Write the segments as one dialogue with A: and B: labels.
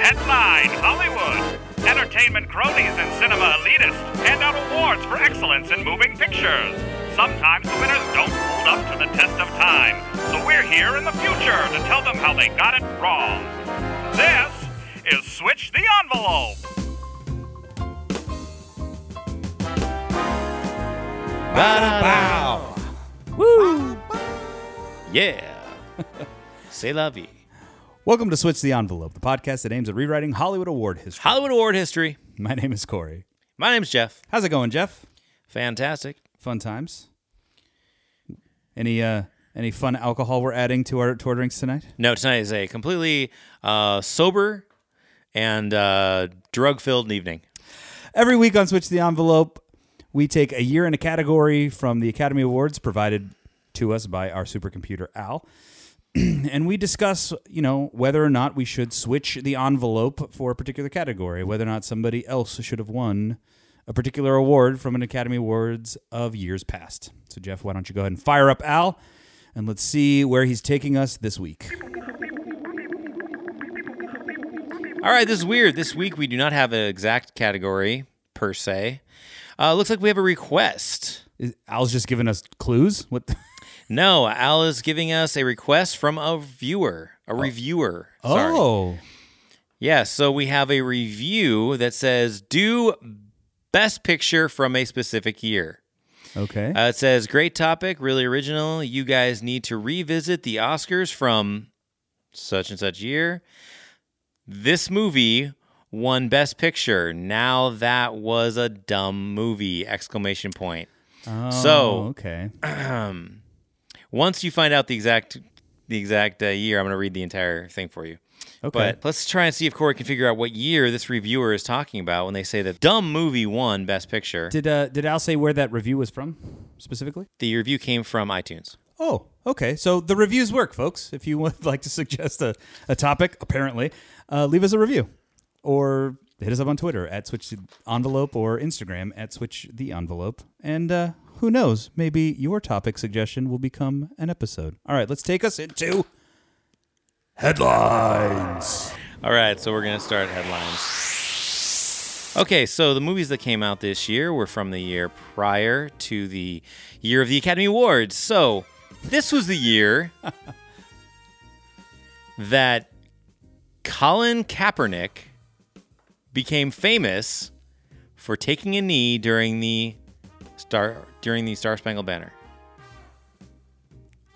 A: Headline Hollywood. Entertainment cronies and cinema elitists hand out awards for excellence in moving pictures. Sometimes the winners don't hold up to the test of time, so we're here in the future to tell them how they got it wrong. This is Switch the Envelope.
B: Bow.
C: Woo!
B: Yeah. C'est la vie.
C: Welcome to Switch the Envelope, the podcast that aims at rewriting Hollywood award history.
B: Hollywood award history.
C: My name is Corey.
B: My name's Jeff.
C: How's it going, Jeff?
B: Fantastic.
C: Fun times. Any uh any fun alcohol we're adding to our to our drinks tonight?
B: No, tonight is a completely uh, sober and uh, drug filled evening.
C: Every week on Switch the Envelope, we take a year in a category from the Academy Awards provided to us by our supercomputer Al. and we discuss, you know, whether or not we should switch the envelope for a particular category, whether or not somebody else should have won a particular award from an Academy Awards of years past. So Jeff, why don't you go ahead and fire up Al and let's see where he's taking us this week.
B: All right, this is weird. This week we do not have an exact category per se. Uh, looks like we have a request.
C: Is, Al's just giving us clues. What the-
B: No, Al is giving us a request from a viewer, a reviewer. Sorry.
C: Oh.
B: Yeah, so we have a review that says do best picture from a specific year.
C: Okay.
B: Uh, it says, great topic, really original. You guys need to revisit the Oscars from such and such year. This movie won Best Picture. Now that was a dumb movie! Exclamation point.
C: Oh,
B: so-
C: okay.
B: Once you find out the exact the exact uh, year, I'm going to read the entire thing for you.
C: Okay.
B: But let's try and see if Corey can figure out what year this reviewer is talking about when they say that dumb movie won Best Picture.
C: Did uh, did Al say where that review was from specifically?
B: the review came from iTunes.
C: Oh, okay. So the reviews work, folks. If you would like to suggest a, a topic, apparently, uh, leave us a review or hit us up on Twitter at Switch the Envelope or Instagram at Switch the Envelope. And uh, who knows, maybe your topic suggestion will become an episode. All right, let's take us into headlines.
B: All right, so we're going to start headlines. Okay, so the movies that came out this year were from the year prior to the year of the Academy Awards. So this was the year that Colin Kaepernick became famous for taking a knee during the star during the Star Spangled Banner.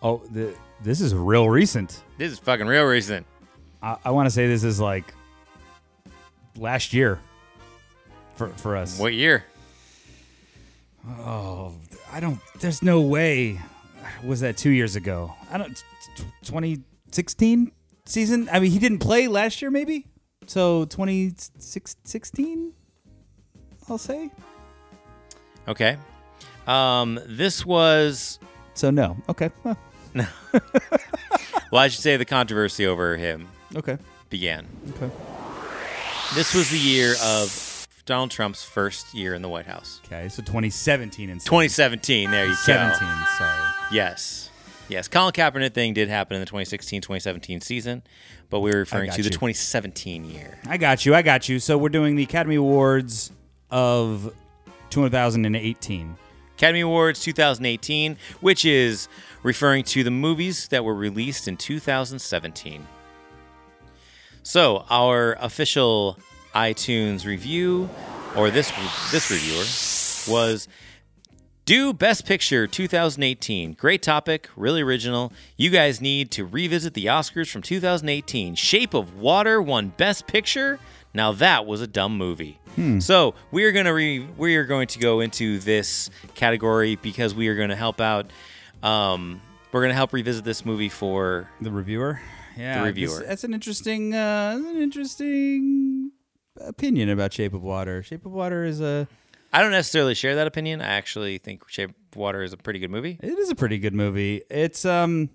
C: Oh, the, this is real recent.
B: This is fucking real recent.
C: I, I want to say this is like last year for for us.
B: What year?
C: Oh, I don't. There's no way. Was that two years ago? I don't. 2016 season. I mean, he didn't play last year, maybe. So 2016, I'll say.
B: Okay. Um, this was
C: So no. Okay. Huh.
B: Well, I should say the controversy over him
C: Okay.
B: began.
C: Okay.
B: This was the year of Donald Trump's first year in the White House.
C: Okay. So 2017 and
B: 2017, there you
C: 17.
B: go.
C: Sorry.
B: Yes. Yes, Colin Kaepernick thing did happen in the 2016-2017 season, but we were referring
C: got
B: to the
C: you.
B: 2017 year.
C: I got you. I got you. So we're doing the Academy Awards of 2018.
B: Academy Awards 2018, which is referring to the movies that were released in 2017. So, our official iTunes review, or this this reviewer, was do Best Picture 2018. Great topic, really original. You guys need to revisit the Oscars from 2018. Shape of Water won Best Picture. Now that was a dumb movie.
C: Hmm.
B: So we are gonna re- we are going to go into this category because we are going to help out. Um, we're going to help revisit this movie for
C: The reviewer. Yeah.
B: The
C: this-
B: reviewer.
C: that's an interesting uh that's an interesting opinion about Shape of Water. Shape of Water is a
B: I don't necessarily share that opinion. I actually think Shape of Water is a pretty good movie.
C: it is a pretty good movie. It's um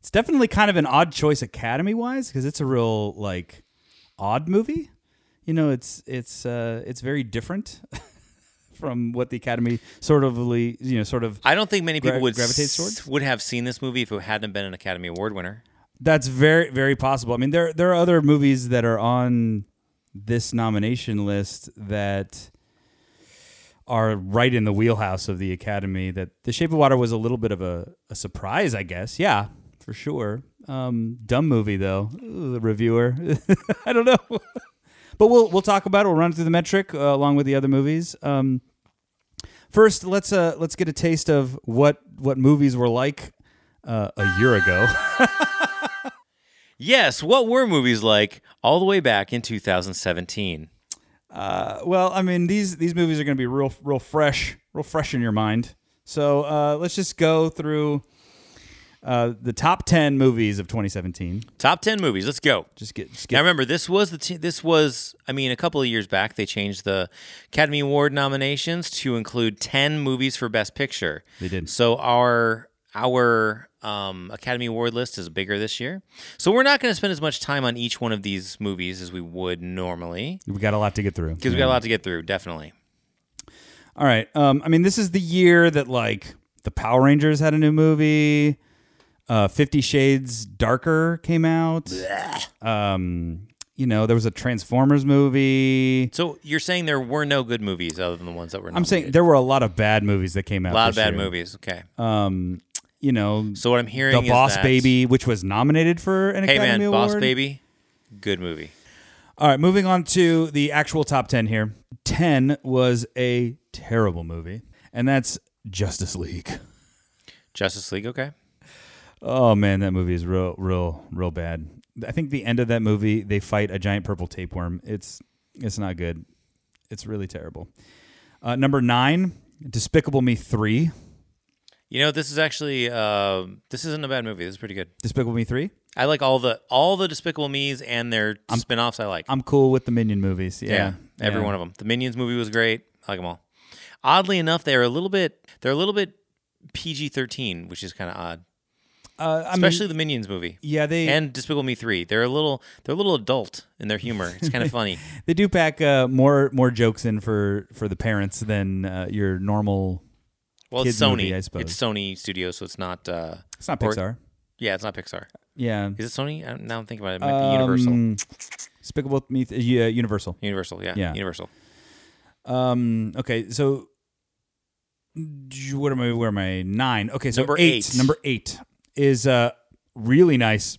C: it's definitely kind of an odd choice academy wise because it's a real like odd movie. You know, it's it's uh it's very different from what the academy sort of you know sort of
B: I don't think many people
C: Gra-
B: would
C: gravitates
B: s-
C: towards?
B: would have seen this movie if it hadn't been an Academy Award winner.
C: That's very very possible. I mean, there there are other movies that are on this nomination list that are right in the wheelhouse of the Academy. That The Shape of Water was a little bit of a, a surprise, I guess. Yeah, for sure. Um, dumb movie though. Ooh, the reviewer, I don't know. but we'll we'll talk about it. We'll run it through the metric uh, along with the other movies. Um, first, let's uh, let's get a taste of what what movies were like uh, a year ago.
B: Yes, what were movies like all the way back in 2017?
C: Uh, well, I mean these these movies are going to be real real fresh, real fresh in your mind. So uh, let's just go through uh, the top ten movies of 2017.
B: Top 10 movies. Let's go.
C: Just get, just
B: Now
C: get
B: remember, this was the t- this was I mean a couple of years back they changed the Academy Award nominations to include ten movies for Best Picture.
C: They did.
B: So our our um, Academy Award list is bigger this year. So we're not going to spend as much time on each one of these movies as we would normally
C: we got a lot to get through
B: because we got a lot to get through. Definitely.
C: All right. Um, I mean, this is the year that like the Power Rangers had a new movie. Uh, Fifty Shades Darker came out. Um, you know, there was a Transformers movie.
B: So you're saying there were no good movies other than the ones that were.
C: I'm saying there were a lot of bad movies that came out.
B: a Oh, lot of
C: this
B: bad
C: year.
B: movies. Okay.
C: Um, you know,
B: so what I'm hearing
C: The
B: is
C: Boss
B: that-
C: Baby, which was nominated for an
B: Hey
C: Academy
B: man,
C: Award.
B: Boss Baby, good movie.
C: All right, moving on to the actual top 10 here. 10 was a terrible movie, and that's Justice League.
B: Justice League. Okay.
C: Oh man, that movie is real real real bad. I think the end of that movie they fight a giant purple tapeworm. It's it's not good. It's really terrible. Uh, number 9, Despicable Me 3.
B: You know, this is actually uh, this isn't a bad movie. This is pretty good.
C: Despicable Me 3.
B: I like all the all the Despicable Me's and their spin-offs I like.
C: I'm cool with the Minion movies. Yeah.
B: yeah, every one of them. The Minions movie was great. I like them all. Oddly enough, they're a little bit they're a little bit PG-13, which is kind of odd.
C: Uh, I mean,
B: Especially the Minions movie.
C: yeah, they
B: And Despicable Me 3. They're a little they're a little adult in their humor. It's kind of funny.
C: They do pack uh, more more jokes in for for the parents than uh, your normal.
B: Well, it's
C: Kid
B: Sony.
C: movie, I suppose.
B: It's Sony Studios, so it's not uh
C: It's not
B: or-
C: Pixar.
B: yeah, it's not Pixar.
C: Yeah,
B: Is it Sony? I don't, now I'm thinking about it. It might be Universal.
C: Um, Despicable Me. Th- yeah, Universal.
B: Universal, yeah.
C: yeah.
B: Universal.
C: Um. Okay. So. j- What am I? Where am I? Nine. Okay. So
B: Number
C: eight.
B: eight.
C: Number eight is uh really nice.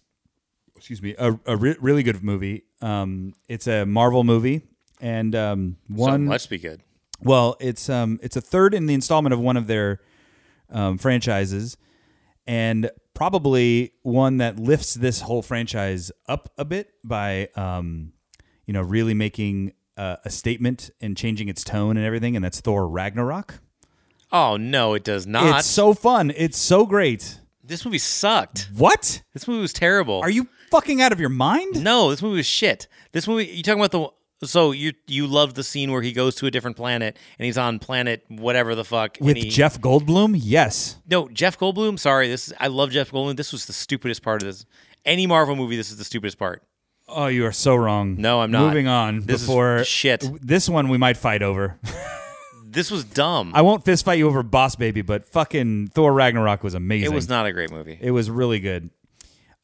C: Excuse me. A, a re- really good movie. Um. It's a Marvel movie, and um one.
B: so let's be good.
C: Well, it's um it's a third in the installment of one of their um, franchises, and probably one that lifts this whole franchise up a bit by um you know really making uh, a statement and changing its tone and everything, and that's Thor Ragnarok.
B: Oh no, it does not.
C: It's so fun. It's so great.
B: This movie sucked.
C: What
B: This movie was terrible.
C: are you fucking out of your mind?
B: No, this movie was shit. This movie you talking about the so you you loved the scene where he goes to a different planet and he's on planet whatever the fuck and
C: With
B: he-
C: Jeff Goldblum, yes.
B: No, Jeff Goldblum. Sorry, this is, I love Jeff Goldblum. This was the stupidest part of this. Any Marvel movie, this is the stupidest part.
C: Oh, you are so wrong.
B: No, I'm not.
C: Moving on.
B: This is
C: before
B: shit.
C: This one we might fight over.
B: This was dumb.
C: I won't fist fight you over Boss Baby, but fucking Thor Ragnarok was amazing.
B: it was not a great movie.
C: It was really good.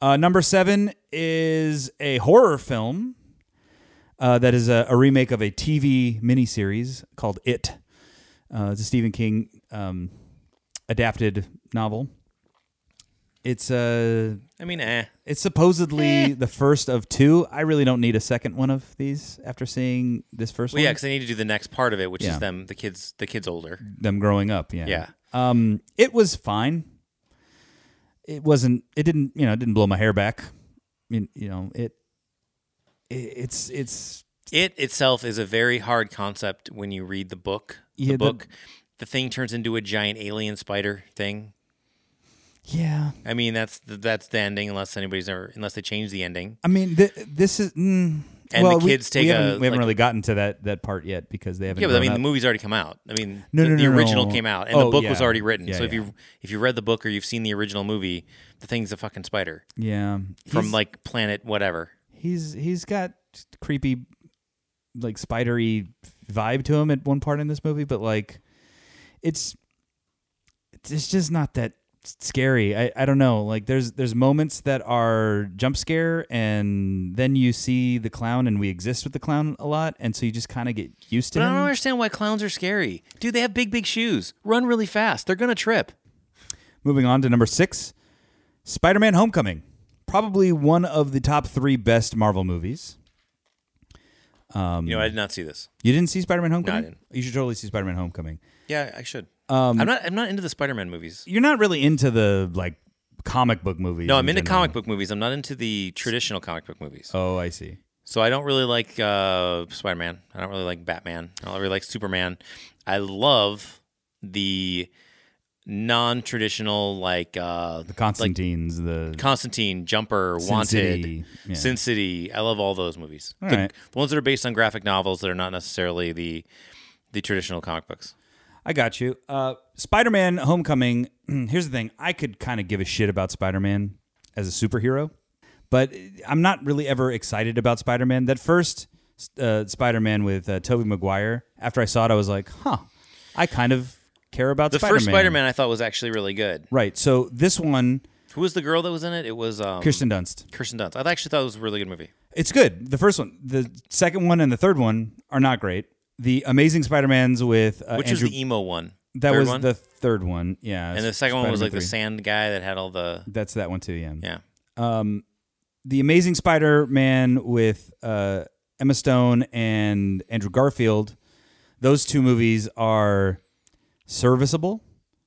C: Uh, number seven is a horror film uh, that is a, a remake of a TV miniseries called It. Uh, it's a Stephen King um, adapted novel. It's uh,
B: I mean, eh.
C: it's supposedly the first of two. I really don't need a second one of these after seeing this first
B: Well,
C: one.
B: yeah, because they need to do the next part of it, which
C: Yeah.
B: is them, the kids, the kids older.
C: them growing up. Yeah.
B: Yeah.
C: Um, it was fine. It wasn't. It didn't. You know, it didn't blow my hair back. You, you know, it, it. It's. It's.
B: It itself is a very hard concept when you read the book.
C: Yeah,
B: the
C: the-
B: book, the thing turns into a giant alien spider thing.
C: Yeah.
B: I mean, that's that's the ending, unless anybody's ever, unless they change the ending.
C: I mean, th- this is. Mm,
B: And
C: well,
B: the
C: we-
B: kids
C: we,
B: take a,
C: haven't, we haven't
B: like-
C: really gotten to that that part yet because they haven't.
B: Yeah, but I
C: grown
B: mean, the
C: up.
B: movie's already come out. I mean,
C: No,
B: the,
C: no,
B: the
C: no, no.
B: original came out, and
C: Oh,
B: the book was
C: yeah.
B: already written.
C: Yeah,
B: so if
C: yeah.
B: you if you read the book or you've seen the original movie, the thing's a fucking spider
C: yeah,
B: from
C: He's-
B: like planet whatever.
C: he's he's got creepy, like spidery vibe to him at one part in this movie, but like, it's it's just not that scary. I, I don't know. Like there's there's moments that are jump scare and then you see the clown and we exist with the clown a lot and so you just kind of get used to
B: But I don't
C: him.
B: understand why clowns are scary. Dude, they have big, big shoes. Run really fast. They're gonna trip.
C: Moving on to number 6, Spider-Man Homecoming. Probably one of the top 3 best Marvel movies. Um,
B: you know, I did not see this.
C: You didn't see Spider-Man Homecoming?
B: didn't.
C: You should totally see Spider-Man Homecoming.
B: Yeah, I should. Um, I'm not. I'm not into the Spider-Man movies.
C: You're not really into the like comic book movies.
B: No,
C: in
B: I'm into
C: general.
B: comic book movies. I'm not into the traditional comic book movies.
C: Oh, I see.
B: So I don't really like uh, Spider-Man. I don't really like Batman. I don't really like Superman. I love the non-traditional like uh,
C: The Constantines, the
B: Constantine, Jumper,
C: Sin
B: Wanted,
C: City, yeah.
B: Sin City. I love all those movies.
C: All
B: the,
C: right.
B: the ones that are based on graphic novels that are not necessarily the the traditional comic books.
C: I got you. Uh, Spider Man Homecoming. Here's the thing I could kind of give a shit about Spider Man as a superhero, but I'm not really ever excited about Spider Man. That first uh, Spider Man with uh, Tobey Maguire, after I saw it, I was like, huh, I kind of care about
B: The
C: Spider Man.
B: first Spider-Man I thought was actually really good.
C: Right. So this one,
B: Who was the girl that was in it? It was um,
C: Kirsten Dunst.
B: Kirsten Dunst. I actually thought it was a really good movie.
C: It's good. The first one, the second one, and the third one are not great. The Amazing Spider Mans with uh,
B: Which
C: Andrew.
B: was the emo one?
C: that
B: Third
C: was
B: one?
C: the third one. Yeah.
B: And the second one was like
C: Spider-Man
B: the
C: three.
B: sand guy that had all the
C: That's that one too. Yeah.
B: yeah.
C: the Amazing Spider-Man with uh, Emma Stone and Andrew Garfield. Those two movies are serviceable.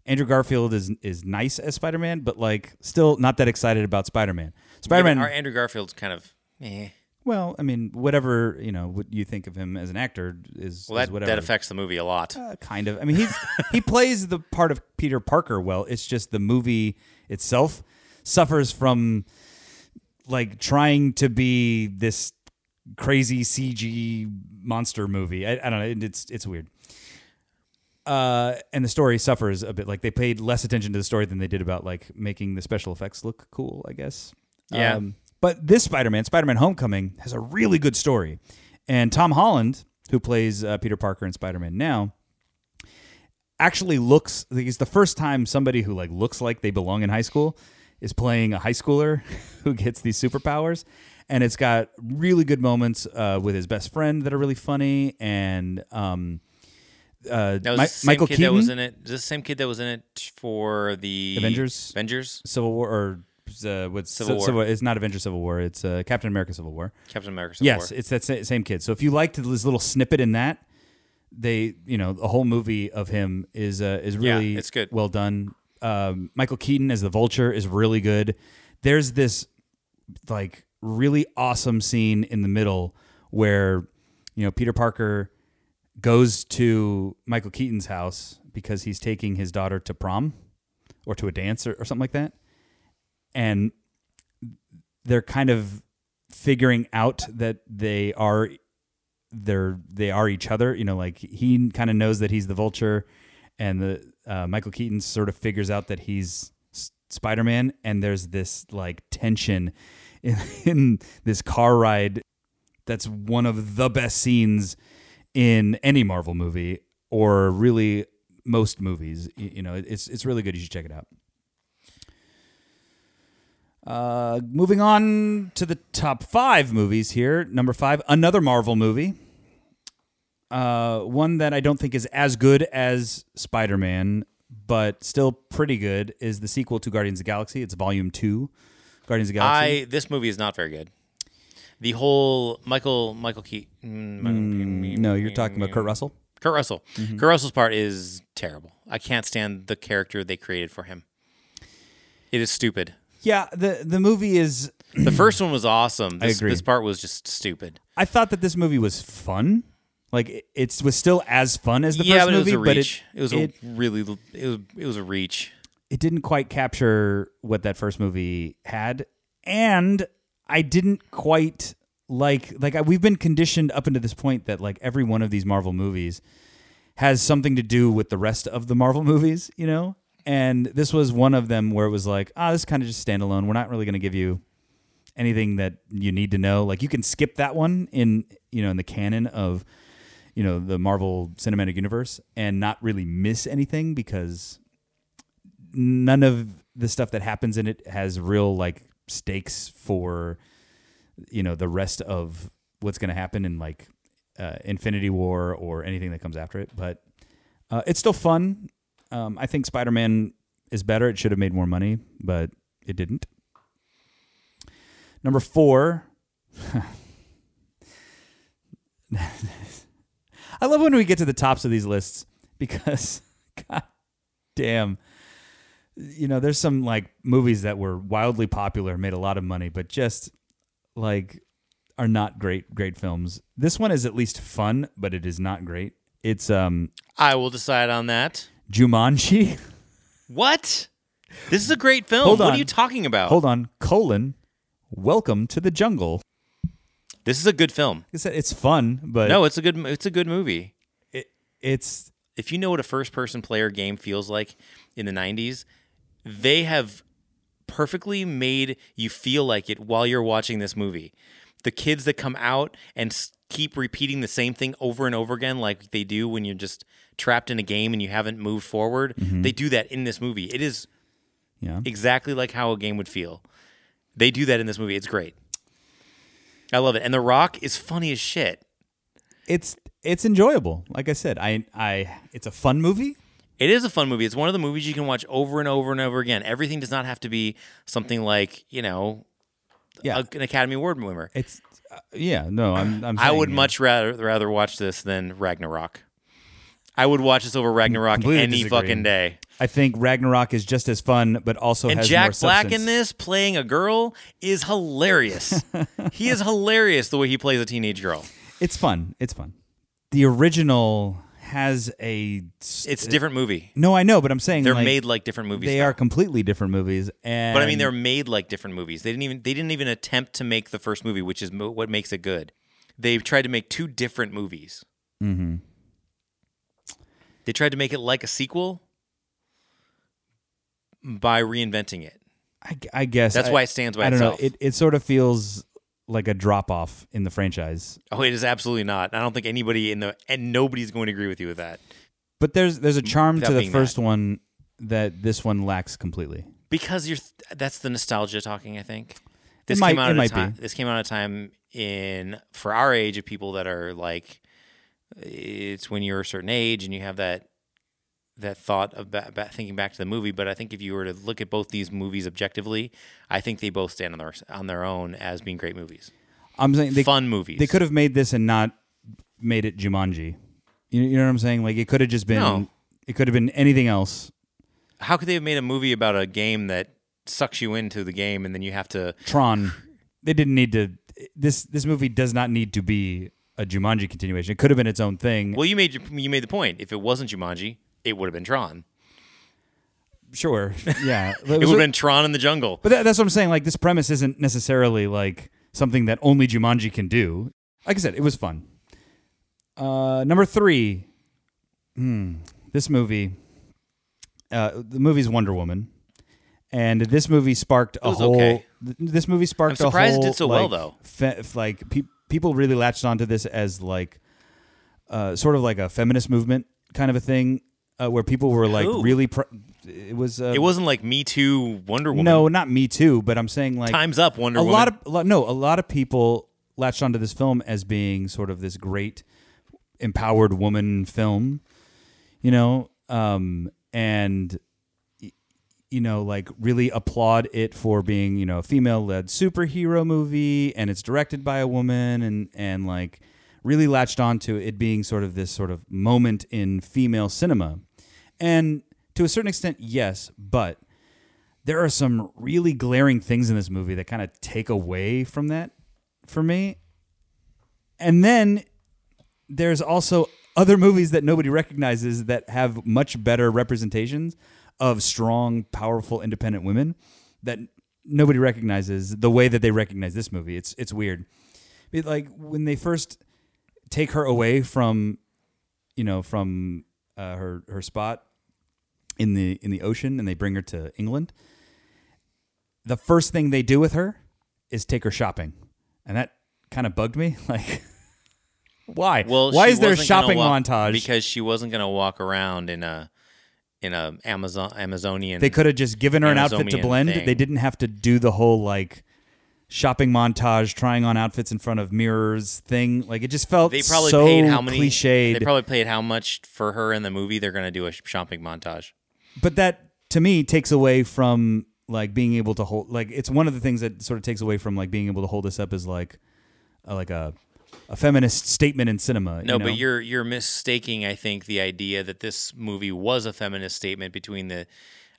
C: Andrew Garfield is is nice as Spider-Man, but like still not that excited about Spider-Man. Spider-Man,
B: Our Andrew Garfield's kind of eh.
C: well, I mean, whatever you know, what you think of him as an actor is,
B: well
C: is
B: that,
C: whatever.
B: that affects the movie a lot.
C: Uh, kind of. I mean, he's he plays the part of Peter Parker well. It's just the movie itself suffers from like trying to be this crazy CG monster movie. I, I don't know. It- It's it's weird. Uh, and the story suffers a bit. Like they paid less attention to the story than they did about like making the special effects look cool. I guess. Um,
B: Yeah.
C: but this Spider-Man, Spider-Man: Homecoming, has a really good story, and Tom Holland, who plays uh, Peter Parker in Spider-Man now, actually looks like it's the first time somebody who like looks like they belong in high school is playing a high schooler who gets these superpowers and it's got really good moments uh, with his best friend that are really funny and um, uh,
B: That was
C: Mi-
B: the same
C: michael
B: kid
C: keaton
B: that was in it. Is this the same kid that was in it for the
C: Avengers?
B: Avengers,
C: civil war or uh, what's
B: Civil
C: Ci-
B: War.
C: it's not avengers civil war it's uh, captain america civil war
B: Captain America. Civil
C: yes
B: War.
C: it's that sa- same kid so if you liked this little snippet in that they you know a whole movie of him is uh, is
B: Yeah,
C: really
B: it's good.
C: well done um, michael keaton as the vulture is really good there's this like really awesome scene in the middle where you know peter parker goes to michael keaton's house because he's taking his daughter to prom or to a dance or, or something like that and they're kind of figuring out that they are they're they are each other you know like he kind of knows that he's the vulture and the uh, michael keaton sort of figures out that he's S- spider-man and there's this like tension in, in this car ride that's one of the best scenes in any marvel movie or really most movies Y- you, know it's it's really good you should check it out uh, moving on to the top five movies here. Number five, another Marvel movie. Uh, one that I don't think is as good as Spider Man, but still pretty good, is the sequel to Guardians of the Galaxy. It's Volume 2, Guardians of the Galaxy.
B: I this movie is not very good. The whole Michael Michael Keaton.
C: Mm. no, you're talking about Kurt Russell?
B: Kurt Russell.
C: Mm-hmm.
B: Kurt Russell's part is terrible. I can't stand the character they created for him. It is stupid.
C: Yeah, the, the movie is.
B: The first one was awesome. This,
C: agree.
B: this part was just stupid.
C: I thought that this movie was fun. Like, it it's, was still as fun as the
B: yeah,
C: first
B: but
C: movie,
B: it was a
C: but
B: reach. It, was
C: it-
B: a really l- it was it was a reach.
C: it didn't quite capture what that first movie had and i didn't quite like like I, we've been conditioned up until this point that like every one of these marvel movies has something to do with the rest of the marvel movies you know and this was one of them where it was like ah this is kind of just standalone we're not really going to give you anything that you need to know like you can skip that one in you know in the canon of you know the marvel cinematic universe and not really miss anything because none of the stuff that happens in it has real like stakes for you know the rest of what's going to happen in like uh, Infinity War or anything that comes after it. But uh, it's still fun. Um, I think Spider Man is better. It should have made more money, but it didn't. Number four. I love when we get to the tops of these lists because, god damn, you know, there's some like movies that were wildly popular, made a lot of money, but just like are not great, great films. This one is at least fun, but it is not great. It's um
B: I will decide on that.
C: Jumanji.
B: What? This is a great film.
C: Hold
B: What
C: on.
B: are you talking about?
C: Hold on, colon. Welcome to the jungle.
B: This is a good film.
C: Like I said, it's fun, but
B: No, it's a good it's a good movie.
C: it, it's
B: If you know what a first person player game feels like in the 90s, they have perfectly made you feel like it while you're watching this movie. The kids that come out and s- keep repeating the same thing over and over again like they do when you're just trapped in a game and you haven't moved forward, they do that in this movie. It is
C: yeah.
B: exactly like how a game would feel. They do that in this movie. It's great. I love it. And The Rock is funny as shit.
C: It's it's enjoyable. Like I said, I I it's a fun movie.
B: It is a fun movie. It's one of the movies you can watch over and over and over again. Everything does not have to be something like, you know,
C: Yeah.
B: a- an Academy Award winner.
C: It's uh, yeah, no, I'm I'm
B: I
C: saying,
B: would
C: yeah.
B: much rather rather watch this than Ragnarok. I would watch this over Ragnarok
C: completely
B: any
C: disagree.
B: fucking day.
C: I think Ragnarok is just as fun, but also
B: And
C: has more
B: Jack Black in
C: substance.
B: this playing a girl is hilarious. he is hilarious the way he plays a teenage girl.
C: It's fun. It's fun. The original has a s-
B: It's a different movie.
C: no, I know, but I'm saying
B: They're
C: like,
B: made like different movies.
C: they
B: now.
C: are completely different movies. And
B: But I mean, they're made like different movies. They didn't even they didn't even attempt to make the first movie, which is mo- what makes it good. They tried to make two different movies. Mm-hmm. They tried to make it like a sequel by reinventing it.
C: I, I guess
B: That's
C: I-
B: why it stands by
C: I don't
B: itself.
C: know. It it sort of feels like a drop off in the franchise.
B: Oh, it is absolutely not. I don't think anybody in the and nobody's going to agree with you with that
C: But there's there's a charm
B: Without
C: to the
B: being
C: first one that this one lacks completely.
B: because you're th- that's the nostalgia talking. I think this
C: might-
B: came out
C: it
B: at
C: might
B: a time.
C: be.
B: This came out at a time in for our age of people that are like, it's when you're a certain age and you have that that thought of ba- ba- thinking back to the movie. But I think if you were to look at both these movies objectively, I think they both stand on their on their own as being great movies,
C: I'm saying they,
B: fun movies.
C: They could have made this and not made it Jumanji. You, you know what I'm saying? Like it could have just been
B: No.
C: it could have been anything else.
B: How could they have made a movie about a game that sucks you into the game and then you have to?
C: Tron. They didn't need to this this movie does not need to be a Jumanji continuation. It could have been its own thing.
B: Well, you made your, you made the point. If it wasn't Jumanji, it would have been Tron.
C: sure. Yeah.
B: It would have been Tron in the jungle.
C: But that, that's what I'm saying. Like this premise isn't necessarily like something that only Jumanji can do. Like I said, it was fun. Uh, number three, hmm, this movie, uh, the movie's Wonder Woman, and this movie sparked a
B: was
C: whole.
B: okay.
C: th- This movie sparked.
B: I'm surprised it
C: a whole,
B: did so well,
C: like,
B: though.
C: Fe- f- like pe- people really latched onto this as like, uh, sort of like a feminist movement kind of a thing, uh, where people were like
B: Who?
C: really. Pr- it was. Uh,
B: It wasn't like Me Too Wonder Woman.
C: No, not Me Too, but I'm saying like
B: Time's up, Wonder
C: a
B: Woman.
C: lot of a lot, no, a lot of people latched onto this film as being sort of this great empowered woman film, you know, um, and y- you know, like really applaud it for being you know a female led superhero movie, and it's directed by a woman, and and like really latched onto it being sort of this sort of moment in female cinema, and to a certain extent, yes, but there are some really glaring things in this movie that kind of take away from that for me. And then there's also other movies that nobody recognizes that have much better representations of strong, powerful, independent women that nobody recognizes the way that they recognize this movie. It's it's weird. It, like when they first take her away from you know from uh, her her spot in the in the ocean and they bring her to England the first thing they do with her is take her shopping. And that kind of bugged me. Like, why?
B: well,
C: why
B: she
C: is there a
B: wasn't gonna
C: shopping
B: walk-
C: montage?
B: Because she wasn't going to walk around in a in a Amazon Amazonian.
C: They could have just given her an outfit to
B: Amazonian
C: blend.
B: thing.
C: They didn't have to do the whole like shopping montage, trying on outfits in front of mirrors thing. Like it just felt
B: They probably
C: so
B: paid how many?
C: cliched.
B: They probably paid how much for her in the movie. They're going to do a sh- shopping montage.
C: but that to me takes away from like being able to hold like it's one of the things that sort of takes away from like being able to hold this up as like a, like a a feminist statement in cinema.
B: No,
C: you know?
B: but you're you're mistaking. I think the idea that this movie was a feminist statement between the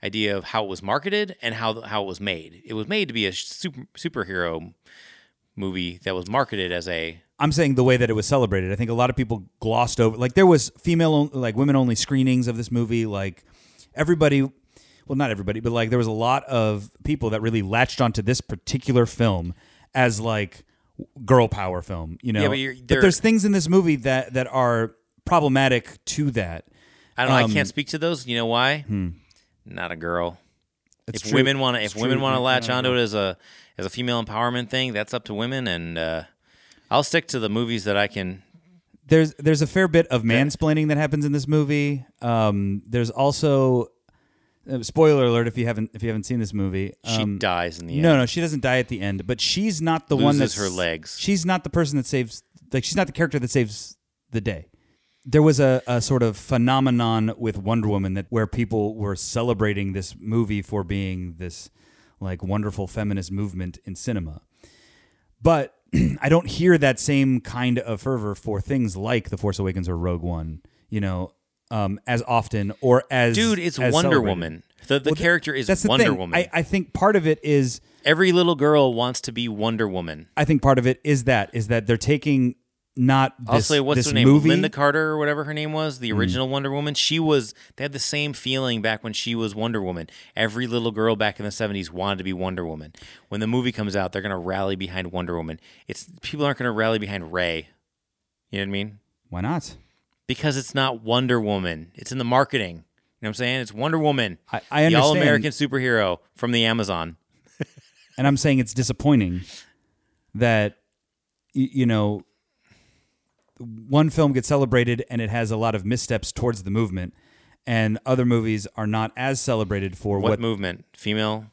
B: idea of how it was marketed and how the- how it was made. It was made to be a super, superhero movie that was marketed as a
C: I'm saying the way that it was celebrated. I think a lot of people glossed over. Like there was female, on- like women only screenings of this movie. Like everybody, well, not everybody, but like there was a lot of people that really latched onto this particular film as like girl power film. You know,
B: Yeah, but you're-
C: but
B: there-
C: there's things in this movie that that are problematic to that.
B: I don't know.
C: Um, hmm.
B: I can't speak to those. You know why? Not a girl.
C: It's
B: if
C: true.
B: women want to, if
C: It's true. Mm-hmm.
B: women want to latch onto it as a as a female empowerment thing, that's up to women. And uh, I'll stick to the movies that I can.
C: there's there's a fair bit of mansplaining that happens in this movie. Um, there's also uh, spoiler alert if you haven't if you haven't seen this movie.
B: She
C: um,
B: dies in the end.
C: No, no, she doesn't die at the end, but she's not the one
B: Loses
C: that's
B: her legs.
C: She's not the person that saves. Like she's not the character that saves the day. There was a, a sort of phenomenon with Wonder Woman that where people were celebrating this movie for being this like wonderful feminist movement in cinema. But I don't hear that same kind of fervor for things like The Force Awakens or Rogue One, you know, um, as often or as
B: dude, it's
C: as
B: Wonder
C: celebrated.
B: Woman. The the
C: Well, th-
B: character is
C: that's the
B: Wonder
C: thing.
B: Woman.
C: I, I think part of it is
B: Every little girl wants to be Wonder Woman.
C: I think part of it is that is that they're taking not this,
B: I'll say what's
C: this
B: her name,
C: movie. Mm.
B: Linda Carter or whatever her name was, the original Wonder Woman. She was they had the same feeling back when she was Wonder Woman. Every little girl back in the seventies wanted to be Wonder Woman. When the movie comes out, they're gonna rally behind Wonder Woman. It's people aren't gonna rally behind Ray. You know what I mean?
C: Why not?
B: Because it's not Wonder Woman. It's in the marketing. You know what I'm saying? It's Wonder Woman,
C: I, I
B: the
C: understand,
B: all-American superhero from the Amazon.
C: and I'm saying it's disappointing that y- you know one film gets celebrated and it has a lot of missteps towards the movement, and other movies are not as celebrated for
B: What,
C: what,
B: movement? Female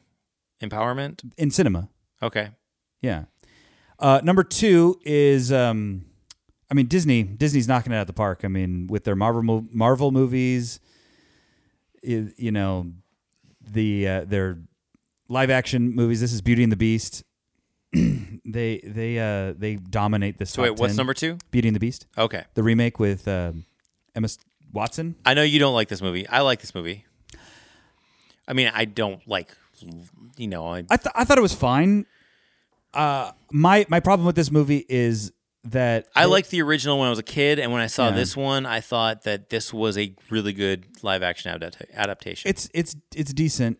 B: empowerment.
C: in cinema.
B: Okay.
C: Yeah. Uh, number two is, um, I mean, Disney. Disney's knocking it out of the park. I mean, with their Marvel mo- Marvel movies, i- you know, the uh, their live action movies. This is Beauty and the Beast. they they uh, they dominate this.
B: So
C: top
B: wait, what's
C: 10.
B: number two?
C: Beauty and the Beast,
B: Okay.
C: the remake with um, Emma S- Watson.
B: I know you don't like this movie. I like this movie. I mean, I don't like, you know, I,
C: I th- I thought it was fine. Uh, my my problem with this movie is that
B: I liked the original when I was a kid, and when I saw
C: Yeah.
B: this one, I thought that this was a really good live action adapta- adaptation.
C: it's it's it's decent.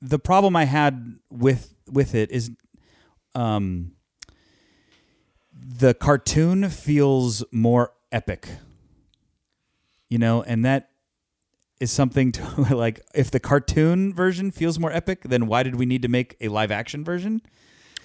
C: The problem I had with with it is, um, the cartoon feels more epic. You know, and that is something to like. If the cartoon version feels more epic, then why did we need to make a live action version?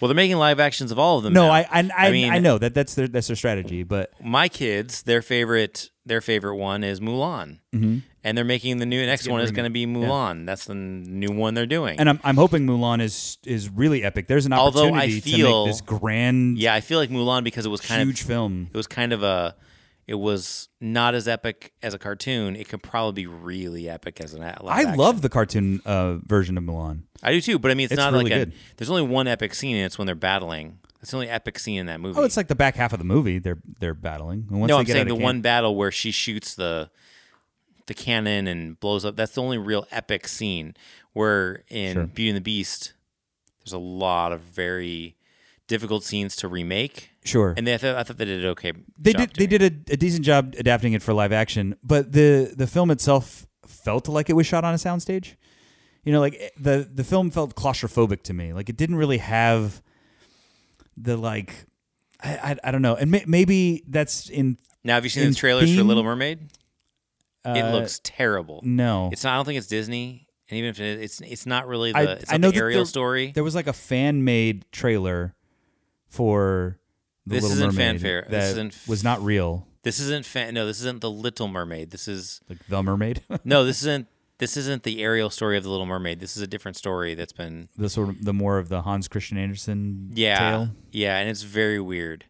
B: well, they're making live actions of all of them.
C: No,
B: now.
C: I I, I,
B: I mean-
C: I know that that's their that's their strategy, but
B: my kids, their favorite, their favorite one is Mulan, mm-hmm. and they're making the new next one is going to be Mulan. That's the new one they're doing.
C: and I'm I'm hoping Mulan is is really epic. There's an
B: Although I
C: opportunity to
B: feel-
C: make this grand,
B: yeah, I feel like Mulan because it was kind
C: huge
B: of
C: film.
B: it was kind of a it was not as epic as a cartoon it could probably be really epic as an a- live
C: I
B: action.
C: love the cartoon uh, version of Mulan.
B: i do too but i mean it's,
C: It's
B: not
C: really
B: like a,
C: good.
B: there's only one epic scene and it's when they're battling that's the only epic scene in that movie
C: Oh, it's like the back half of the movie. They're they're battling. And once
B: no
C: they
B: i'm
C: get out
B: saying
C: of
B: the
C: camp-
B: one battle where she shoots the the cannon and blows up that's the only real epic scene where in
C: Sure.
B: beauty and the beast there's a lot of very difficult scenes to remake
C: Sure,
B: and they, I, thought, I thought they did okay
C: they
B: job
C: did they
B: doing it.
C: did a, a decent job adapting it for live action, but the the film itself felt like it was shot on a soundstage. You know, like it- the the film felt claustrophobic to me. Like it didn't really have the like. I, I, I don't know, and may, maybe that's in
B: now have you seen
C: in
B: the trailers for
C: theme,
B: little mermaid
C: uh,
B: it looks terrible.
C: no.
B: It's not. I don't think it's Disney. And even if it is, it's it's not really the.
C: I,
B: it's
C: I
B: not
C: know
B: the
C: that
B: Ariel
C: there,
B: story.
C: There was like a fan made trailer for the
B: This
C: Little
B: isn't
C: Mermaid
B: fanfare. This
C: That
B: isn't f-
C: was not real.
B: this isn't. Fa- no, this isn't the Little Mermaid. This is
C: Like the Mermaid.
B: no. This isn't this isn't the aerial story of the Little Mermaid. This is a different story that's been
C: the sort of the more of the Hans Christian Andersen
B: yeah
C: tale.
B: yeah, and it's very weird.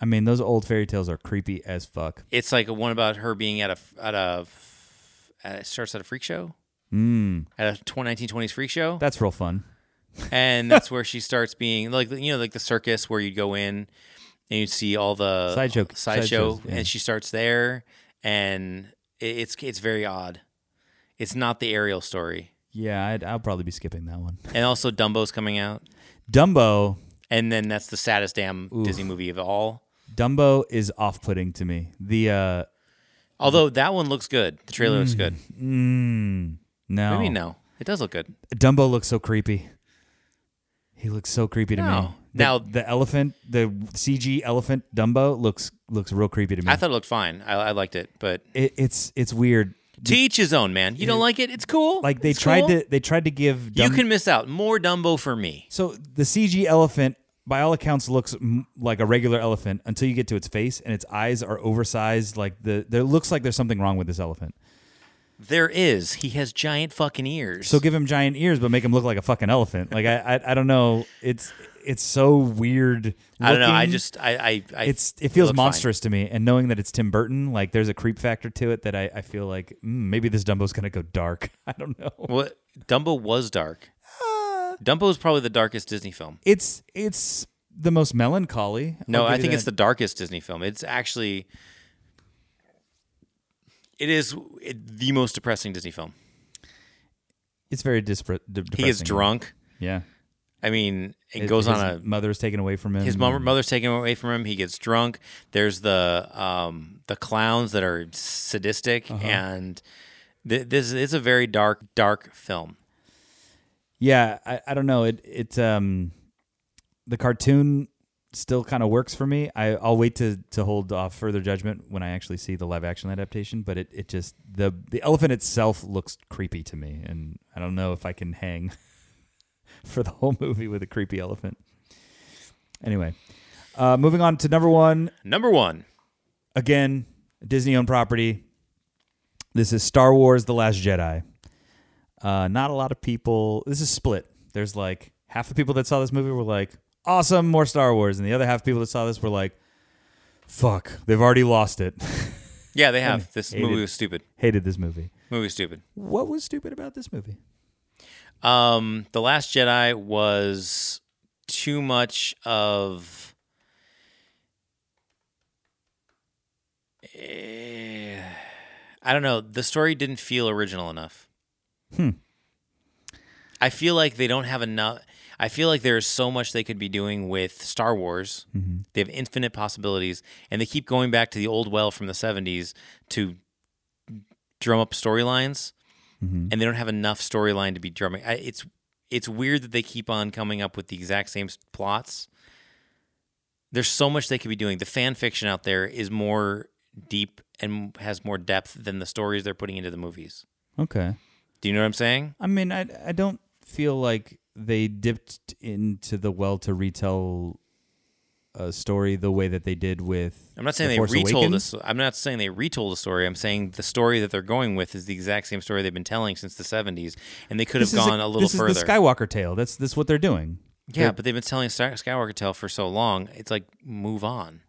C: I mean, those old fairy tales are creepy as fuck.
B: It's like one about her being at a f- at a f- at, it starts at a freak show. Mm. At a tw- 1920s freak show,
C: That's real fun.
B: and that's where she starts being like you know like the circus where you'd go in and you'd see all the
C: Sideshow-
B: sideshow,
C: sideshows, yeah.
B: and she starts there, and it, it's it's very odd. It's not the aerial story,
C: Yeah, I'd, I'll probably be skipping that one.
B: and also Dumbo's coming out,
C: Dumbo,
B: and then that's the saddest damn Disney movie of all.
C: Dumbo is off-putting to me. The uh,
B: Although that one looks good, the trailer looks good.
C: Mm, no,
B: Maybe no, it does look good.
C: Dumbo looks so creepy. He looks so creepy to me.
B: No.
C: The-
B: Now-
C: the elephant, the CG elephant Dumbo looks looks real creepy to me.
B: I thought it looked fine. I, I liked it, but
C: it, it's it's weird.
B: to each his own, man. You don't like it? It's cool.
C: Like they
B: It's
C: tried
B: cool.
C: to they tried to give
B: You
C: Dumbo,
B: can miss out more Dumbo for me.
C: So the CG elephant, by all accounts, looks m- like a regular elephant until you get to its face, and its eyes are oversized. Like the there looks like there's something wrong with this elephant.
B: There is. He has giant fucking ears.
C: So give him giant ears, but make him look like a fucking elephant. Like I I, I don't know. It's it's so weird.
B: I don't know. I
C: looking.
B: just I I, I
C: it's it feels
B: looked
C: monstrous to me, and knowing that it's Tim Burton, like there's a creep factor to it that I, I feel like mm, maybe this Dumbo's gonna go dark. I don't know.
B: Fine. What Dumbo was dark.
C: Ah.
B: Dumbo is probably the darkest Disney film.
C: It's it's the most melancholy. I'll
B: No,
C: give
B: I
C: you
B: think it's
C: that.
B: the darkest Disney film. It's actually it is it, the most depressing Disney film.
C: it's very dispre- de- depressing.
B: He gets drunk.
C: Yeah.
B: I mean, it
C: It- Mm.
B: goes
C: his
B: on a
C: mother's taken away from him.
B: his mom, mother's taken away from him. He gets drunk. There's the um, the clowns that are sadistic,
C: Uh-huh.
B: and th- this is a very dark, dark film.
C: Yeah, I, I don't know. It it um the cartoon still kind of works for me. I I'll wait to to hold off further judgment when I actually see the live action adaptation, but it it just the the elephant itself looks creepy to me and I don't know if I can hang for the whole movie with a creepy elephant. Anyway, uh moving on to number 1,
B: Number one,
C: again, Disney owned property. This is Star Wars The Last Jedi. Uh, not a lot of people. This is split. There's like half the people that saw this movie were like, awesome, more Star Wars. And the other half of people that saw this were like, fuck, they've already lost it.
B: yeah, they have this
C: hated.
B: movie was stupid.
C: Hated this movie.
B: Movie was stupid.
C: What was stupid about this movie?
B: Um, the Last Jedi was too much of. Eh, I don't know. The story didn't feel original enough. Hmm. I feel like they don't have enough. I feel like there is so much they could be doing with Star Wars.
C: Mm-hmm.
B: They have infinite possibilities, and they keep going back to the old well from the '70s to drum up storylines and they don't have enough storyline to be drumming. I, it's it's weird that they keep on coming up with the exact same s- plots. There's so much they could be doing. The fan fiction out there is more deep and has more depth than the stories they're putting into the movies.
C: Okay.
B: Do you know what I'm saying?
C: I mean, I, I don't feel like they dipped into the well to retell a story the way that they did with.
B: I'm not saying
C: The
B: they
C: Force
B: retold
C: Awakens.
B: this. I'm not saying they retold the story. I'm saying the story that they're going with is the exact same story they've been telling since the 70s, and they could have
C: This is
B: gone a, little
C: this
B: further.
C: Is the Skywalker tale. That's this what they're doing.
B: yeah, but they've been telling Star- Skywalker Tale for so long. It's like move on.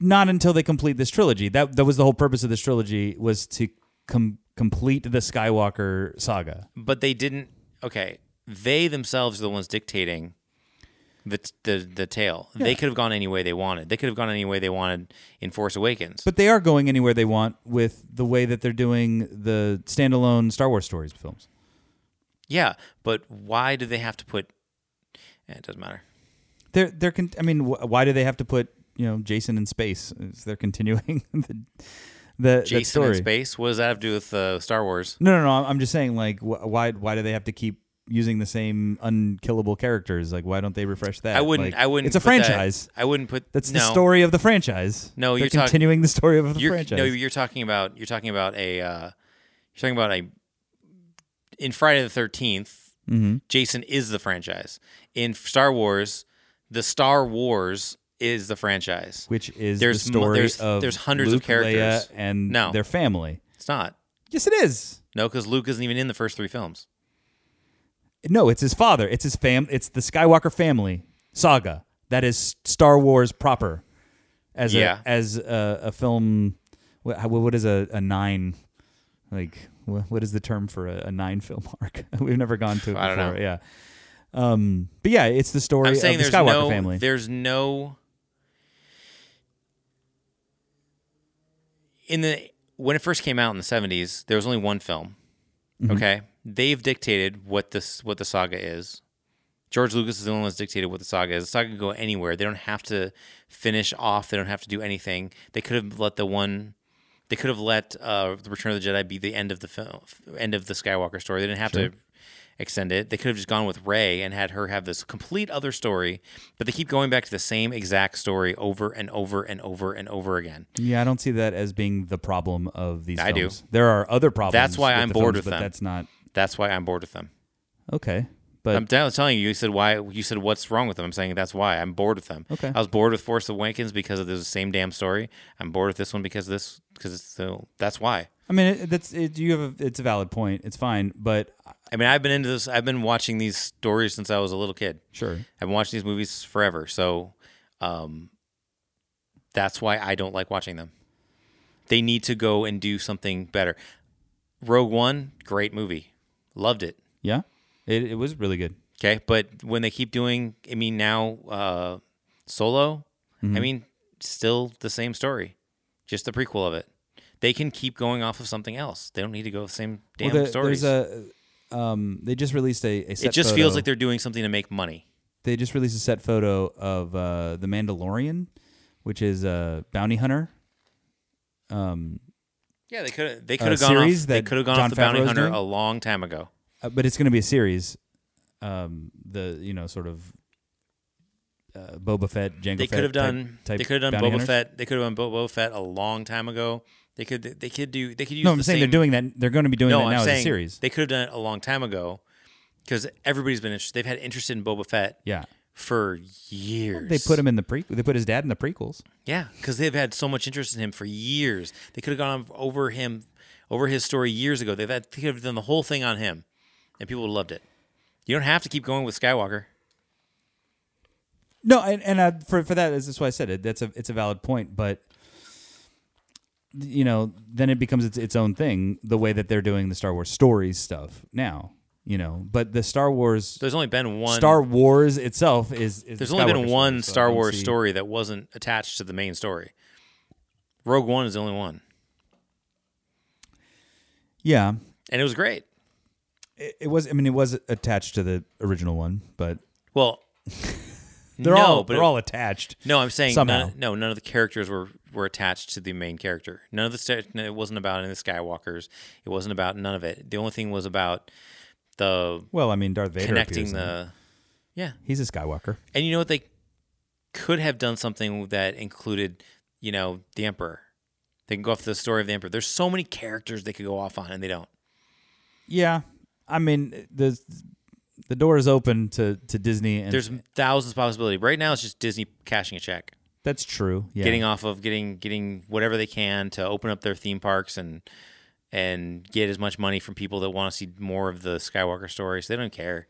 C: Not until they complete this trilogy. That that was the whole purpose of this trilogy was to com- complete the Skywalker saga.
B: but they didn't okay they themselves are the ones dictating the the, the tale they could have gone any way they wanted they could have gone any way they wanted in force awakens
C: But they are going anywhere they want with the way that they're doing the standalone Star Wars stories films.
B: yeah but why do they have to put eh, it doesn't matter
C: They're they're. Con- I mean, wh- why do they have to put you know Jason in space? Is they're continuing the the that
B: jason
C: story.
B: in space what does that have to do with uh, star wars
C: No, no, no. I'm just saying, like, wh- why why do they have to keep using the same unkillable characters? Like, why don't they refresh that?
B: i wouldn't
C: Like,
B: i wouldn't
C: It's a
B: put that-
C: franchise.
B: i wouldn't put
C: That's
B: no,
C: the story of the franchise.
B: No,
C: They're
B: you're talking-
C: continuing the story of the
B: you're,
C: franchise.
B: no you're talking about you're talking about a uh, you're talking about a in friday the 13th Jason is the franchise. In Star Wars, the Star Wars is the franchise.
C: which is
B: There's
C: the
B: mo-
C: story
B: there's-
C: of
B: there's hundreds of
C: Luke, Leia,
B: characters.
C: and
B: No.
C: their family.
B: It's not.
C: Yes, it is.
B: No, because Luke isn't even in the first three films.
C: No, it's his father. It's his fam. It's the Skywalker family saga. That is Star Wars proper. As
B: Yeah.
C: a as a, a film, what, how- what is a, a nine? Like wha- what is the term for a, a nine film arc? We've never gone to. It
B: I don't
C: before,
B: know.
C: Yeah. Um. But yeah, it's the story
B: I'm
C: of the
B: saying there's
C: Skywalker
B: no
C: family.
B: there's no in the when it first came out in the 70s there was only one film
C: Mm-hmm.
B: okay they've dictated what this what the saga is George Lucas is the one that's dictated what the saga is. The saga can go anywhere. They don't have to finish off. They don't have to do anything. They could have let the one. They could have let uh, the Return of the Jedi be the end of the film, end of the Skywalker story. They didn't have to extend it. They could have just gone with Rey and had her have this complete other story. But they keep going back to the same exact story over and over and over and over again.
C: yeah, I don't see that as being the problem of these.
B: I do.
C: films. There are other problems.
B: That's why
C: with
B: I'm
C: the
B: bored with
C: films, but
B: them.
C: That's not
B: That's why I'm bored with them.
C: okay. But
B: I'm down- telling you, you said why you said what's wrong with them. I'm saying that's why I'm bored with them.
C: Okay.
B: I was bored with Force Awakens because of the same damn story. I'm bored with this one because of this because it's so that's why.
C: I mean, it, that's it, you have a, it's a valid point. It's fine, but
B: I mean, I've been into this. I've been watching these stories since I was a little kid.
C: sure.
B: I've been watching these movies forever, so um, that's why I don't like watching them. They need to go and do something better. Rogue One, great movie, loved it.
C: Yeah, it, it was really good.
B: Okay, but when they keep doing, I mean, now uh, Solo,
C: Mm-hmm.
B: I mean, still the same story, just the prequel of it. They can keep going off of something else. They don't need to go with the same damn
C: Well, there-
B: stories.
C: There's a um, they just released a, a set
B: it just
C: photo.
B: feels like they're doing something to make money.
C: they just released a set photo of uh, the Mandalorian, which is a bounty hunter.
B: Yeah, they could they
C: Uh,
B: could have gone
C: series
B: off. They
C: that
B: could have gone
C: Jon
B: off the Bounty
C: Favreau's
B: Hunter
C: doing?
B: a long time ago.
C: uh, but it's going to be a series. Um, the you know sort of uh, Boba Fett, Jango
B: They
C: Fett
B: could have
C: type-
B: done.
C: type
B: they could have done
C: bounty
B: Boba
C: hunters.
B: Fett. They could have done Bo- Boba Fett a long time ago. They could. They could do. They could use.
C: No, I'm
B: the
C: saying
B: same,
C: they're doing that. They're going to be doing
B: No,
C: that now
B: I'm
C: as
B: saying
C: a series.
B: they could have done it a long time ago because everybody's been interested. They've had interest in Boba Fett
C: yeah,
B: for years.
C: they put him in the pre. They put his dad in the prequels.
B: Yeah, because they've had so much interest in him for years. They could have gone over him, over his story years ago. They've had, they could have done the whole thing on him, and people would have loved it. You don't have to keep going with Skywalker.
C: No, and and uh, for for that is that's why I said it. That's a it's a valid point, but you know, then it becomes its its own thing. The way that they're doing the Star Wars stories stuff now, you know, but the Star Wars
B: There's only been one.
C: Star Wars itself is, is
B: there's
C: the
B: only
C: Skywalker
B: been
C: story,
B: one
C: so I
B: Star
C: don't
B: Wars
C: see-
B: story that wasn't attached to the main story. Rogue One is the only one,
C: Yeah,
B: and it was great.
C: it, it was. I mean, it was attached to the original one, but
B: Well,
C: they're
B: no,
C: all
B: but
C: they're
B: it-
C: all attached.
B: No, I'm saying
C: Somehow.
B: None, no. None of the characters were were attached to the main character. None of the sta- no, it wasn't about any of the Skywalkers. It wasn't about none of it. The only thing was about the
C: Well, I mean, Darth Vader
B: connecting
C: appears in it.
B: the yeah.
C: He's a Skywalker.
B: And you know what? They could have done something that included you know the Emperor. They can go off the story of the Emperor. There's so many characters they could go off on, and they don't.
C: Yeah, I mean the the door is open to to Disney, and
B: There's thousands of possibilities. Right now, it's just Disney cashing a check.
C: that's true. Yeah,
B: getting off of getting getting whatever they can to open up their theme parks and and get as much money from people that want to see more of the Skywalker stories. They don't care.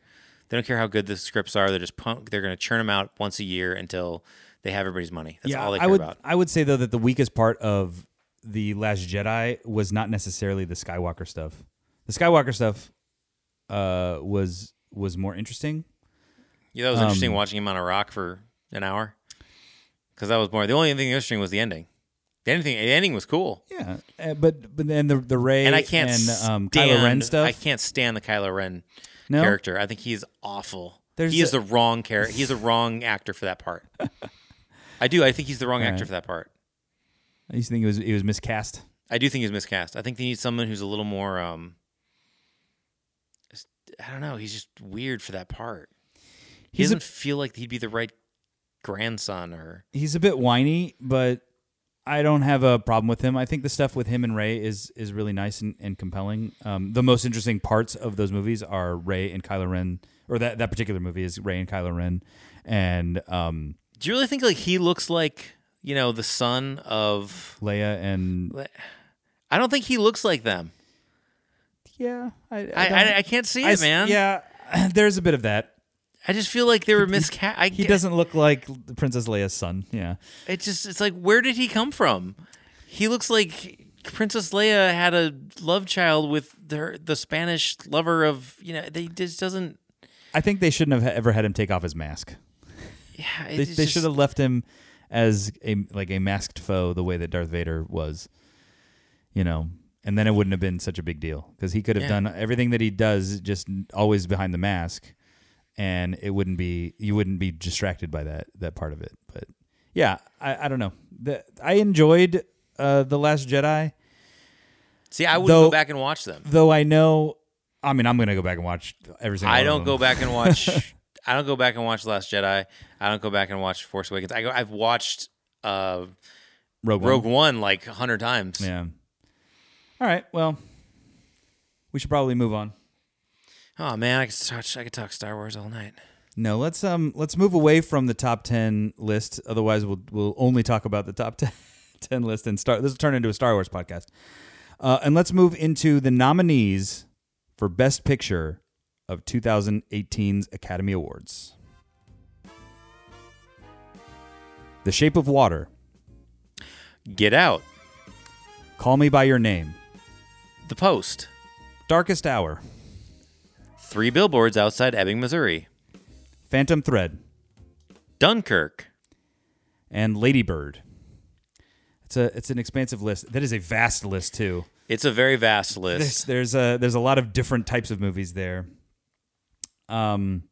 B: They don't care how good the scripts are. They're just punk. They're going to churn them out once a year until they have everybody's money. That's all they care
C: I would,
B: about.
C: I would say though that the weakest part of the Last Jedi was not necessarily the Skywalker stuff. The Skywalker stuff uh, was was more interesting.
B: Yeah, that
C: um,
B: was interesting watching him on a rock for an hour because that was more. The only thing interesting was the ending. The ending, the ending was cool.
C: Yeah, uh, but but then the the Ray
B: And I can't
C: and um,
B: stand
C: Kylo Ren stuff.
B: I can't stand the Kylo Ren
C: No?
B: character. I think he's awful.
C: There's
B: he is
C: a-
B: the wrong character. He's the wrong actor for that part. I do. I think he's the wrong actor
C: right.
B: for that part.
C: I used to think it was it was miscast.
B: I do think he's miscast. I think they need someone who's a little more. um I don't know. He's just weird for that part. He
C: He's a-
B: doesn't feel like he'd be the right grandson or.
C: He's a bit whiny, but I don't have a problem with him. I think the stuff with him and Ray is is really nice and, and compelling. Um, the most interesting parts of those movies are Ray and Kylo Ren, or that that particular movie is Ray and Kylo Ren, and um,
B: Do you really think like he looks like you know the son of?
C: Leia and
B: I don't think he looks like them.
C: yeah, I
B: I,
C: don't-
B: I, I can't see
C: I
B: it,
C: s-
B: man.
C: Yeah, there's a bit of that.
B: I just feel like they were miscast. I,
C: He doesn't look like Princess Leia's son. Yeah,
B: It just it's like where did he come from? He looks like Princess Leia had a love child with her the Spanish lover of you know they just doesn't.
C: I think they shouldn't have ever had him take off his mask.
B: Yeah,
C: They,
B: it's
C: they
B: just-
C: should have left him as a like a masked foe, the way that Darth Vader was. You know, and then it wouldn't have been such a big deal because he could have
B: Yeah.
C: done everything that he does just n- always behind the mask, and it wouldn't be you wouldn't be distracted by that that part of it. But yeah, I, I don't know. The, I enjoyed uh, the Last Jedi.
B: See, I would
C: though-
B: go back and watch them.
C: though I know, I mean, I'm gonna go back and watch every single.
B: I
C: one of
B: don't
C: them.
B: go back and watch. I don't go back and watch Last Jedi. I don't go back and watch Force Awakens. I go. I've watched uh,
C: Rogue. One.
B: Rogue One like a hundred times.
C: Yeah. All right. Well, we should probably move on.
B: Oh man, I could touch. I could talk Star Wars all night.
C: No, let's um let's move away from the top ten list. Otherwise, we'll we'll only talk about the top 10, 10 list and start. This will turn into a Star Wars podcast. Uh, and let's move into the nominees for Best Picture of 2018's Academy Awards. The Shape of Water,
B: Get out.
C: Call Me by Your Name,
B: The Post.
C: Darkest Hour,
B: Three billboards outside Ebbing, Missouri.
C: Phantom Thread,
B: Dunkirk.
C: and Ladybird. It's a it's an expansive list. That is a vast list too.
B: It's a very vast list.
C: There's there's a there's a lot of different types of movies there. Um,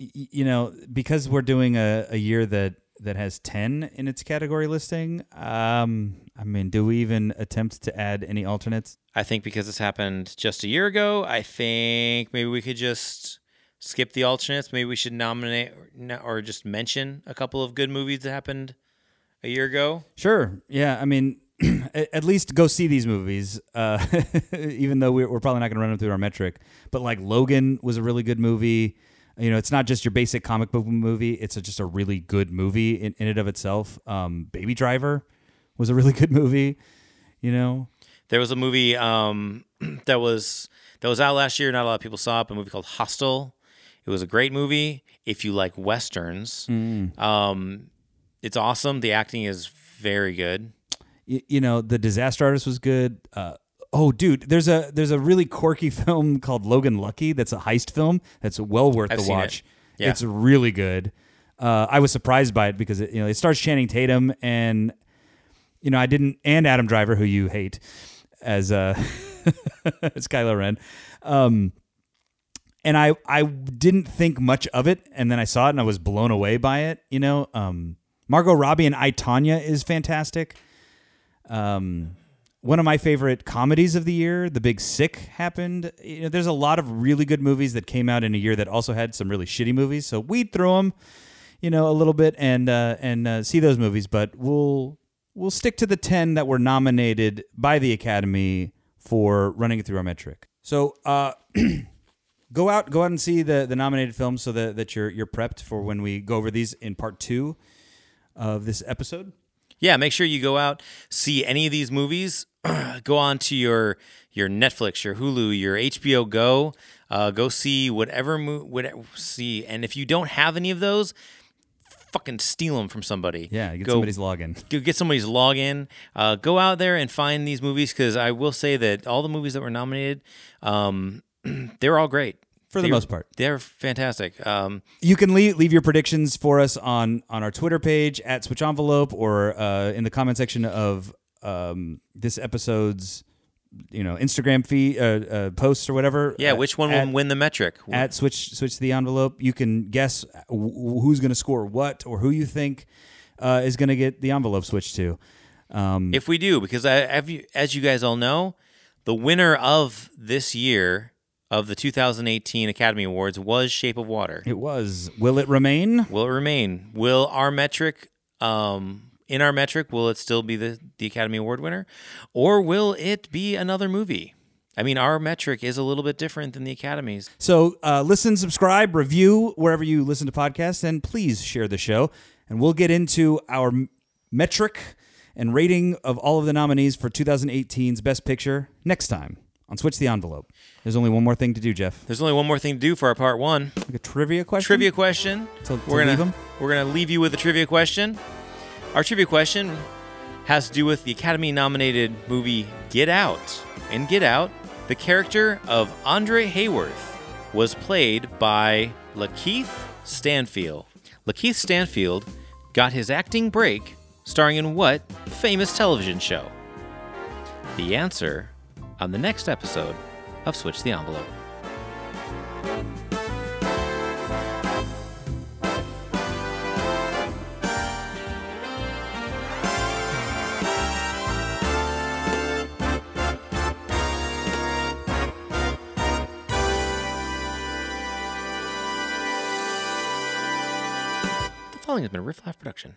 C: y- y- you know, because we're doing a, a year that that has ten in its category listing. Um, I mean, do we even attempt to add any alternates?
B: I think because this happened just a year ago, I think maybe we could just skip the alternates. Maybe we should nominate or- no- or just mention a couple of good movies that happened a year ago.
C: Sure. Yeah. I mean, a- at least go see these movies, uh, even though we're, we're probably not going to run them through our metric. But like Logan was a really good movie. You know, it's not just your basic comic book movie. It's a, just a really good movie in, in and of itself. Um, Baby Driver was a really good movie. You know,
B: There was a movie um, that was that was out last year. Not a lot of people saw it. but A movie called Hostel. It was a great movie if you like westerns. Um, it's awesome. The acting is very good.
C: y- you know the disaster artist was good uh, oh dude there's a there's a really quirky film called logan lucky that's a heist film that's well worth
B: I've
C: the
B: seen it.
C: watch
B: Yeah.
C: it's really good uh, i was surprised by it because it you know it stars channing tatum and you know i didn't and adam driver who you hate as uh as kylo ren um and I, I didn't think much of it, and then I saw it and I was blown away by it. You know, um, Margot Robbie and I Tanya is fantastic um, one of my favorite comedies of the year, The Big Sick, happened. You know, there's a lot of really good movies that came out in a year that also had some really shitty movies. So weed through them, you know, a little bit and uh, and uh, see those movies. But we'll we'll stick to the ten that were nominated by the Academy for running it through our metric. So uh, go out go out and see the the nominated films so that, that you're you're prepped for when we go over these in part two of this episode.
B: yeah make sure you go out see any of these movies go on to your your netflix your hulu your hbo go uh, go see whatever mo- whatever see and if you don't have any of those fucking steal them from somebody
C: Yeah, get
B: go,
C: somebody's login.
B: go get somebody's login uh, go out there and find these movies because i will say that all the movies that were nominated um, they're all great
C: For the
B: They-
C: most part.
B: they're fantastic um,
C: you can leave leave your predictions for us on on our Twitter page at Switch Envelope or uh, in the comment section of um, this episode's you know Instagram feed uh, uh, posts or whatever.
B: yeah
C: At-
B: which one
C: at,
B: will win the metric
C: at Switch Switch the Envelope? You can guess wh- who's going to score what or who you think uh, is going to get the envelope switched to.
B: If we do, because I, have you, as you guys all know, the winner of this year of the 2018 Academy Awards was Shape of Water.
C: It was. Will it remain?
B: Will it remain? Will our metric, um, in our metric, will it still be the, the Academy Award winner, or will it be another movie? I mean, our metric is a little bit different than the Academy's.
C: So uh, listen, subscribe, review wherever you listen to podcasts, and please share the show. And we'll get into our m- metric and rating of all of the nominees for 2018's Best Picture next time on Switch the Envelope. There's only one more thing to do, Jeff.
B: There's only one more thing to do for our part one
C: Like a trivia question?
B: trivia question.
C: To- to
B: we're gonna
C: leave 'em?
B: we're gonna leave you with a trivia question. Our trivia question has to do with the Academy-nominated movie Get Out. In Get Out, the character of Andre Hayworth was played by Lakeith Stanfield. Lakeith Stanfield got his acting break starring in what famous television show? The answer on the next episode of Switch the Envelope. The following has been a Riff Life production.